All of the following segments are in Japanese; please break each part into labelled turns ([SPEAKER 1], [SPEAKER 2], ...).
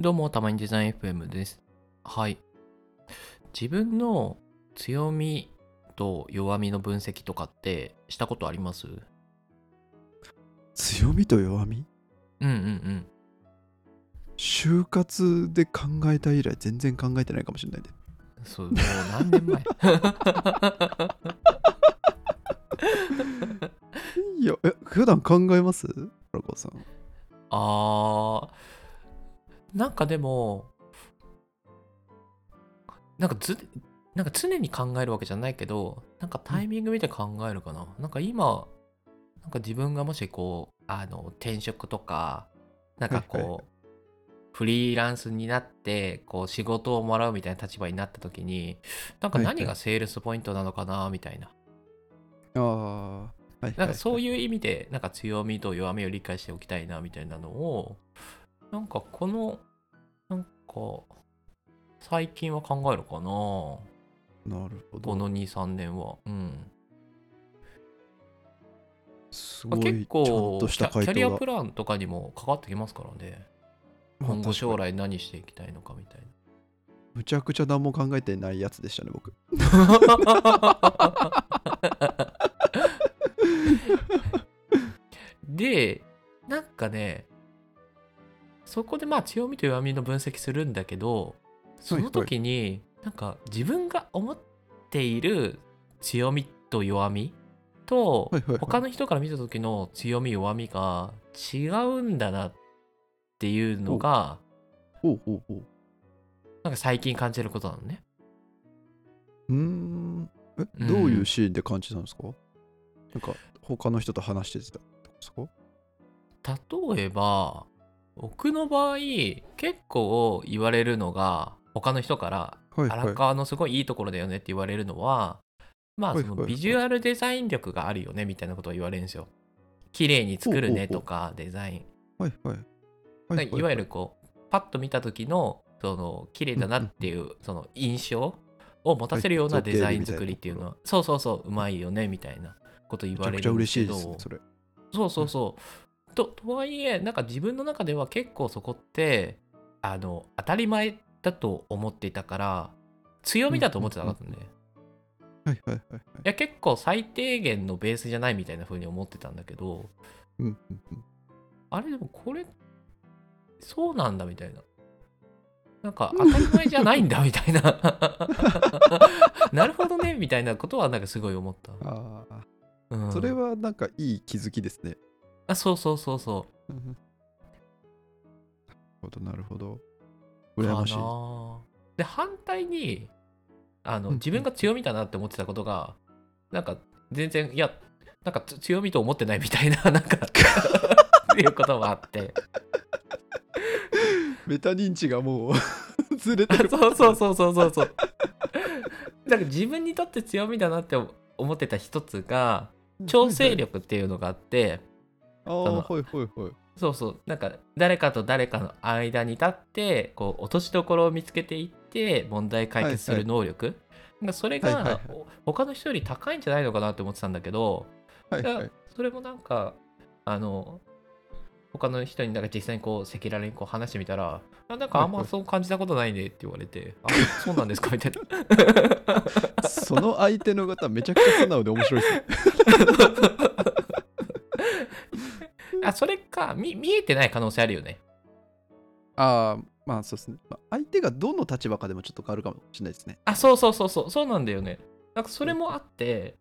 [SPEAKER 1] どうも、たまにデザイン FM です。はい。自分の強みと弱みの分析とかってしたことありますうん
[SPEAKER 2] 強みと弱み
[SPEAKER 1] うんうん。
[SPEAKER 2] 就活で考えた以来全然考えてないかもしれないで
[SPEAKER 1] そう、もう何年前
[SPEAKER 2] いやえ普段考えますラコさん
[SPEAKER 1] あー、なんかでも、なんかず、なんか常に考えるわけじゃないけど、なんかタイミング見て考えるかな。なんか今、なんか自分がもしこう、あの、転職とか、なんか
[SPEAKER 2] はいはいは
[SPEAKER 1] こう、フリーランスになって、こう、仕事をもらうみたいな立場になった時に、なんか
[SPEAKER 2] はいはい
[SPEAKER 1] 何がセールスポイントなのかな、みたいな。
[SPEAKER 2] ああはいはい
[SPEAKER 1] なんかそう
[SPEAKER 2] う
[SPEAKER 1] いう意味でなんか強みと弱みを理解しておきたいなみたいなのをなんかこのなんか最近は考えるかなこ
[SPEAKER 2] なるほど
[SPEAKER 1] の23年は、うん
[SPEAKER 2] す
[SPEAKER 1] ま
[SPEAKER 2] ご
[SPEAKER 1] あ
[SPEAKER 2] い
[SPEAKER 1] 結
[SPEAKER 2] ちゃん
[SPEAKER 1] 構
[SPEAKER 2] と
[SPEAKER 1] キ
[SPEAKER 2] した
[SPEAKER 1] ャキ
[SPEAKER 2] 回
[SPEAKER 1] ャリア
[SPEAKER 2] 答
[SPEAKER 1] プ
[SPEAKER 2] が
[SPEAKER 1] ランとかにも関わってきますからね今後将来何していきたいのかみたいな
[SPEAKER 2] むちゃくちゃ何も考えてないやつでしたね僕
[SPEAKER 1] でなんかねそこでまあ強みと弱みの分析するんだけどその時になんか自分が思っている強みと弱みと
[SPEAKER 2] はいはいはい
[SPEAKER 1] 他の人から見た時の強み弱みが違うんだなっていうのが
[SPEAKER 2] おうおうおう
[SPEAKER 1] なんか最近感じることなのね。
[SPEAKER 2] うーんえ
[SPEAKER 1] うん
[SPEAKER 2] どういうシーンで感じたんですか、なんか他の人と話してたとかですか
[SPEAKER 1] 例えば僕の場合結構言われるのが他の人から
[SPEAKER 2] はいはい
[SPEAKER 1] 荒川のすごいいいところだよねって言われるの はまあ
[SPEAKER 2] はい
[SPEAKER 1] そ
[SPEAKER 2] はい
[SPEAKER 1] のビジュアルデザイン力があるよねみたいなことを言われるんですよ。綺麗に作るねとかデザイン
[SPEAKER 2] はいはいは
[SPEAKER 1] だからいわゆるこうパッと見た時のその綺麗だなっていうその印象を持たせるような
[SPEAKER 2] はい
[SPEAKER 1] デザイン作りっていうのはそうそうそううまいよねみたいなこと言
[SPEAKER 2] めち
[SPEAKER 1] わ
[SPEAKER 2] ゃ
[SPEAKER 1] れ
[SPEAKER 2] くちゃ
[SPEAKER 1] るんで
[SPEAKER 2] 嬉
[SPEAKER 1] す
[SPEAKER 2] し
[SPEAKER 1] け
[SPEAKER 2] いで
[SPEAKER 1] ど
[SPEAKER 2] すねそれ
[SPEAKER 1] そうそうそう。ととはいえなんか自分の中では結構そこってあの当たり前だと思っていたから強みだと思ってなかったんで、い
[SPEAKER 2] はいはいはいはい
[SPEAKER 1] や結構最低限のベースじゃないみたいな風に思ってたんだけど
[SPEAKER 2] うんうんうん
[SPEAKER 1] あれでもこれそうなんだみたいな。なんか当たり前じゃないんだみたい ななるほどねみたいなことはなんかすごい思った、
[SPEAKER 2] ああ
[SPEAKER 1] うん
[SPEAKER 2] それはなんかいい気づきですね。
[SPEAKER 1] あそうそうそうそう
[SPEAKER 2] なるほど、なるほど。
[SPEAKER 1] か
[SPEAKER 2] 羨
[SPEAKER 1] な
[SPEAKER 2] ましい。
[SPEAKER 1] あで反対にあの
[SPEAKER 2] うん
[SPEAKER 1] 自分が強みだなって思ってたことがなんか全然いやなんかつ強みと思ってないみたいななん かっていうこともあって
[SPEAKER 2] メタ認知がもう ずれて
[SPEAKER 1] あ
[SPEAKER 2] る。
[SPEAKER 1] そうそうそうそうそうそうなんか自分にとって強みだなって思ってた一つが調整力っていうのがあって
[SPEAKER 2] ああ、
[SPEAKER 1] の
[SPEAKER 2] はいはいはい。
[SPEAKER 1] そうそうなんか誰かと誰かの間に立ってこう落としどころを見つけていって問題解決する能力、なんかそれが、
[SPEAKER 2] はいはいはい
[SPEAKER 1] お他の人より高いんじゃないのかなって思ってたんだけど
[SPEAKER 2] はいはい
[SPEAKER 1] やそれもなんかあの他の人になんか実際にこう赤裸々にこう話してみたらあなんかあん
[SPEAKER 2] はい
[SPEAKER 1] ま
[SPEAKER 2] はい
[SPEAKER 1] そう感じたことないねって言われて、あそうなんですかみたいな
[SPEAKER 2] い。その相手の方、めちゃくちゃ素直で面白いですね。
[SPEAKER 1] あそれか見見えてない可能性あるよね
[SPEAKER 2] ああ、まあそうですね。まあ相手がどの立場かでもちょっと変わるかもしれないですね。
[SPEAKER 1] あそうそうそうそうそうなんだよねなんかそれもあって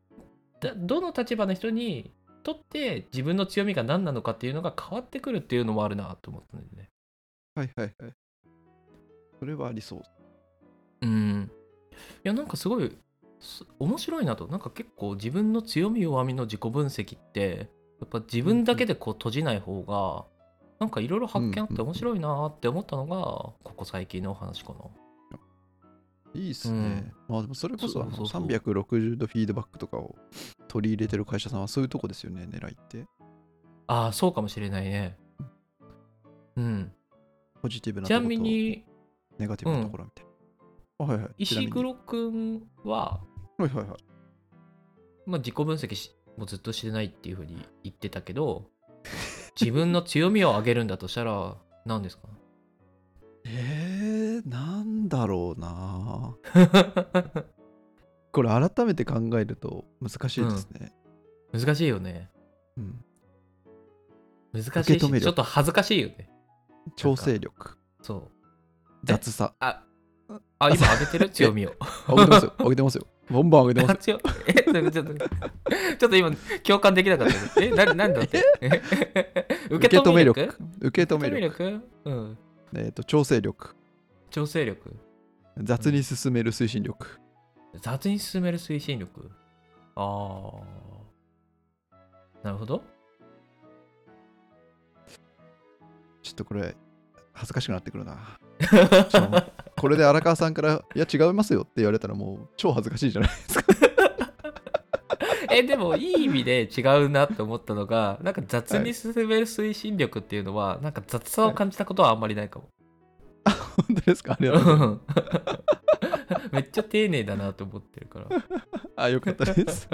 [SPEAKER 1] だどの立場の人にとって自分の強みが何なのかっていうのが変わってくるっていうのもあるなと思ったんだよね
[SPEAKER 2] はいはいはい。それはありそう。
[SPEAKER 1] うんいやなんかすごいす面白いなとなんか結構自分の強み弱みの自己分析ってやっぱ自分だけでこう閉じない方がなんかいろいろ発見あって面白いなって思ったのがここ最近のお話か
[SPEAKER 2] いいっすね。まあでもそれこそあの
[SPEAKER 1] そうそうそう
[SPEAKER 2] 360度フィードバックとかを取り入れてる会社さんはそういうとこですよね、狙いって。
[SPEAKER 1] なああそうかもしれないねうん
[SPEAKER 2] ポジティブな
[SPEAKER 1] ち
[SPEAKER 2] とこ
[SPEAKER 1] な
[SPEAKER 2] ろと
[SPEAKER 1] みに
[SPEAKER 2] ネガティブなところみたいな。あはいはい。ちな
[SPEAKER 1] 石
[SPEAKER 2] みに
[SPEAKER 1] 黒くんは、
[SPEAKER 2] はいはいはい。
[SPEAKER 1] まあ、自己分析しもうずっとしてないっていうふうに言ってたけ ど自分の強みを上げるんだとしたら何ですか
[SPEAKER 2] えー、なんだろうなこれ改めて考えると難しいですね、
[SPEAKER 1] 難しいよね
[SPEAKER 2] うん
[SPEAKER 1] 難し
[SPEAKER 2] 受
[SPEAKER 1] い
[SPEAKER 2] け止め
[SPEAKER 1] し
[SPEAKER 2] る
[SPEAKER 1] ちょっと恥ずかしいよね
[SPEAKER 2] 調整力
[SPEAKER 1] そう
[SPEAKER 2] 雑さ
[SPEAKER 1] ああ今上げ てる強みを
[SPEAKER 2] あ上げ てますよ上げてますよボンバン上げてます
[SPEAKER 1] 強えちょっとちょっとちょっと今共感できなかったけどえななんだって 受け止め力
[SPEAKER 2] 受け止め力
[SPEAKER 1] 受け止め力うん
[SPEAKER 2] えっ、と調整力
[SPEAKER 1] 調整力
[SPEAKER 2] 雑に進める推進力、
[SPEAKER 1] 雑に進める推進力ああなるほ ど
[SPEAKER 2] ちょっとこれ恥ずかしくなってく るなちょっとこれで荒川さんから「いや違いますよ」って言われたらもう超恥ずかしいじゃ ないですか
[SPEAKER 1] えでもいい意味で違うなって思ったのがなんか雑に進める推進力っていうのは、なんか雑さを感じたことはあんまりない かも、
[SPEAKER 2] 本当ですかありがとうございます
[SPEAKER 1] うん めっちゃ丁寧だなと思ってるから
[SPEAKER 2] あ、よかったです。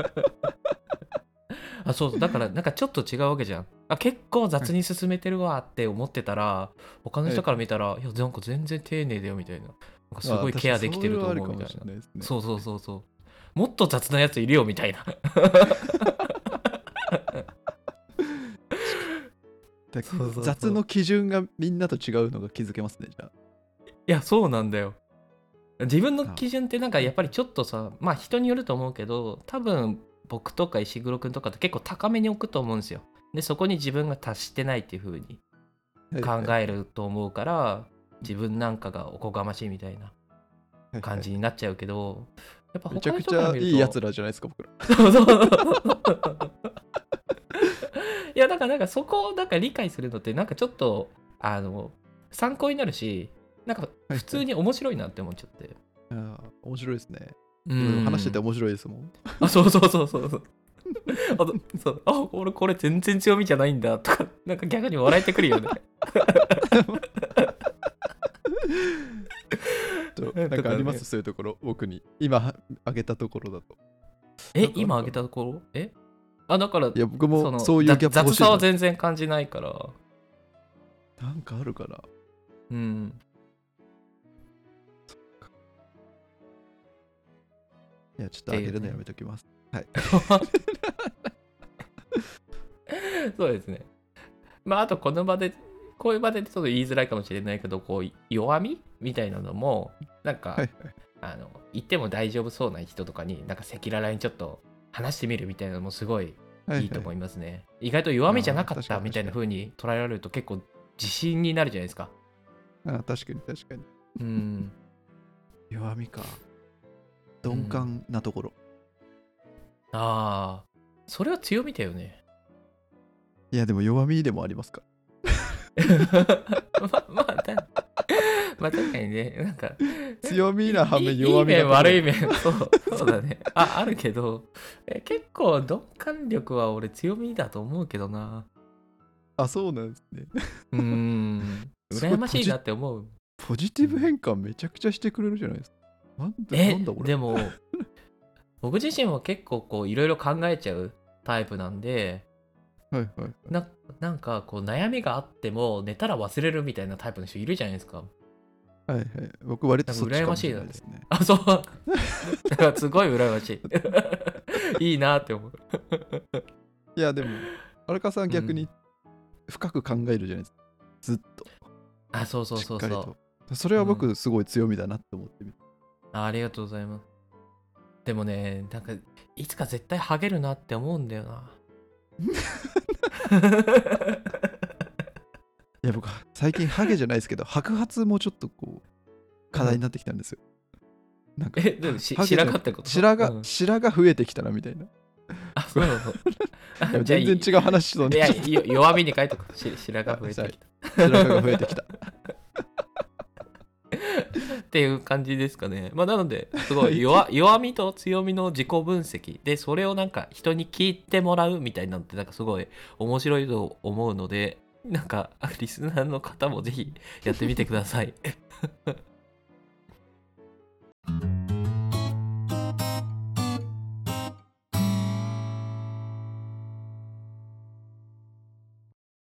[SPEAKER 1] あそうそうだからなんかちょっと違うわけじゃんあ結構雑に進めてるわって思ってたら他の人から見たら、いやなんか全然丁寧だよみたいななんかすごいケアできてると思うみたいな
[SPEAKER 2] な。
[SPEAKER 1] そうそうそうそう。もっと雑なやついるよみ たいな。そう
[SPEAKER 2] だ
[SPEAKER 1] そうそう
[SPEAKER 2] 雑の基準がみんなと違うのが気づけますね、じゃあ。
[SPEAKER 1] いや、そうなんだよ。自分の基準ってなんかやっぱりちょっとさ、まあ人によると思うけど、多分僕とか石黒くんとかって結構高めに置くと思うんですよ。で、そこに自分が達してないっていう風に考えると思うから、自分なんかがおこがましいみたいな
[SPEAKER 2] え
[SPEAKER 1] 感。じになっちゃうけど、やっぱ
[SPEAKER 2] め
[SPEAKER 1] 他
[SPEAKER 2] ちゃ
[SPEAKER 1] の
[SPEAKER 2] く
[SPEAKER 1] 人
[SPEAKER 2] ち
[SPEAKER 1] から
[SPEAKER 2] ゃ
[SPEAKER 1] 見
[SPEAKER 2] い
[SPEAKER 1] ると
[SPEAKER 2] いやつらじゃないですか、僕ら。
[SPEAKER 1] そうそうそう いやだからなんかそこをなんか理解するのってなんかちょっとあの参考になるしなんか普通に面白いなって思っちゃって、
[SPEAKER 2] あー面白いですね。
[SPEAKER 1] う
[SPEAKER 2] 話してて面白いですもん。
[SPEAKER 1] あそうそうそうそうそうあとそうあ俺これ全然強みじゃないんだとかなんか逆に笑えてくるよ ね
[SPEAKER 2] ちょっと
[SPEAKER 1] えっと
[SPEAKER 2] なんかあります、
[SPEAKER 1] ね
[SPEAKER 2] そういうところ、僕に。今、あげたところだと。
[SPEAKER 1] え今挙げたところえあだから
[SPEAKER 2] いや、僕
[SPEAKER 1] そ
[SPEAKER 2] も
[SPEAKER 1] の
[SPEAKER 2] そういうギャップ
[SPEAKER 1] 雑
[SPEAKER 2] 欲
[SPEAKER 1] 雑
[SPEAKER 2] しいな
[SPEAKER 1] さは全然感じないから
[SPEAKER 2] なんかあるかな。
[SPEAKER 1] うん
[SPEAKER 2] いや、ちょっとあげるのやめときます。
[SPEAKER 1] そうですね。まあ、あとこの場で、こういう場でちょっと言いづらいかもしれないけど、こう、弱みみたいなのも、なんか、
[SPEAKER 2] はい
[SPEAKER 1] あの、言っても大丈夫そうな人とかに、なんか赤裸々にちょっと話してみるみたいなのもすごい
[SPEAKER 2] はい
[SPEAKER 1] いいと思いますね。意外と弱みじゃなかった
[SPEAKER 2] あー確かに
[SPEAKER 1] みたいな風に捉えられると結構自信になるじゃないです か。
[SPEAKER 2] はいあ確かに、確かに。
[SPEAKER 1] うん。
[SPEAKER 2] 弱みか。鈍感なところ。
[SPEAKER 1] ああ、それは強みだよね。
[SPEAKER 2] いや、でも弱みでもありますか。
[SPEAKER 1] ままあ、た まあ確かにね、なんか、
[SPEAKER 2] 強みな反面
[SPEAKER 1] いい
[SPEAKER 2] 弱み
[SPEAKER 1] い
[SPEAKER 2] ない
[SPEAKER 1] 面
[SPEAKER 2] ところ
[SPEAKER 1] 悪い面そうそうだね ああるけどえ結構鈍感力は俺強みだと思うけどな
[SPEAKER 2] あ、そうなんです ね。
[SPEAKER 1] うーん
[SPEAKER 2] すごい
[SPEAKER 1] 羨ましいなって思う
[SPEAKER 2] ポジティブ変換めちゃくちゃしてくれるじゃないですか。なんで
[SPEAKER 1] え
[SPEAKER 2] なんだこれ
[SPEAKER 1] でも僕自身も結構こういろいろ考えちゃうタイプなんで
[SPEAKER 2] はいはい。
[SPEAKER 1] ななんかこう悩みがあっても寝たら忘れるみたいなタイプの人いるじゃないですか
[SPEAKER 2] はいはい。僕割とそっちかもしれないですね。
[SPEAKER 1] あ そうだからすごい羨ましい いいなって思う
[SPEAKER 2] いやでも、荒川さん逆に深く考えるじゃないですか。ずっと。
[SPEAKER 1] あそうそうそう
[SPEAKER 2] しっか
[SPEAKER 1] そ
[SPEAKER 2] り
[SPEAKER 1] う
[SPEAKER 2] と。それは僕すごい強みだなって思ってみる。
[SPEAKER 1] あありがとうございます。でもね、なんか、いつか絶対ハゲるなって思うんだよ な。
[SPEAKER 2] いや僕、最近ハゲじゃないで すけど、白髪もちょっとこう、課題になってきたんですよ。なんか
[SPEAKER 1] え、でもし
[SPEAKER 2] ハゲじゃ
[SPEAKER 1] 白
[SPEAKER 2] な
[SPEAKER 1] 髪
[SPEAKER 2] く
[SPEAKER 1] ってこと
[SPEAKER 2] 白
[SPEAKER 1] う
[SPEAKER 2] 髪、
[SPEAKER 1] ん
[SPEAKER 2] 白髪増えてきたなみたいな。
[SPEAKER 1] あ、そうなの
[SPEAKER 2] いや
[SPEAKER 1] あじゃあ
[SPEAKER 2] 全然違う話と
[SPEAKER 1] いや
[SPEAKER 2] ね、
[SPEAKER 1] いや、弱みに書いとく。し白髪増えてきた。
[SPEAKER 2] 白髪が増えてきた。
[SPEAKER 1] っていう感じですかね。まあ、なので、すごい弱弱みと強みの自己分析で、それをなんか人に聞いてもらうみたいなのって、なんかすごい面白いと思うので、なんか、リスナーの方もぜひやってみてください。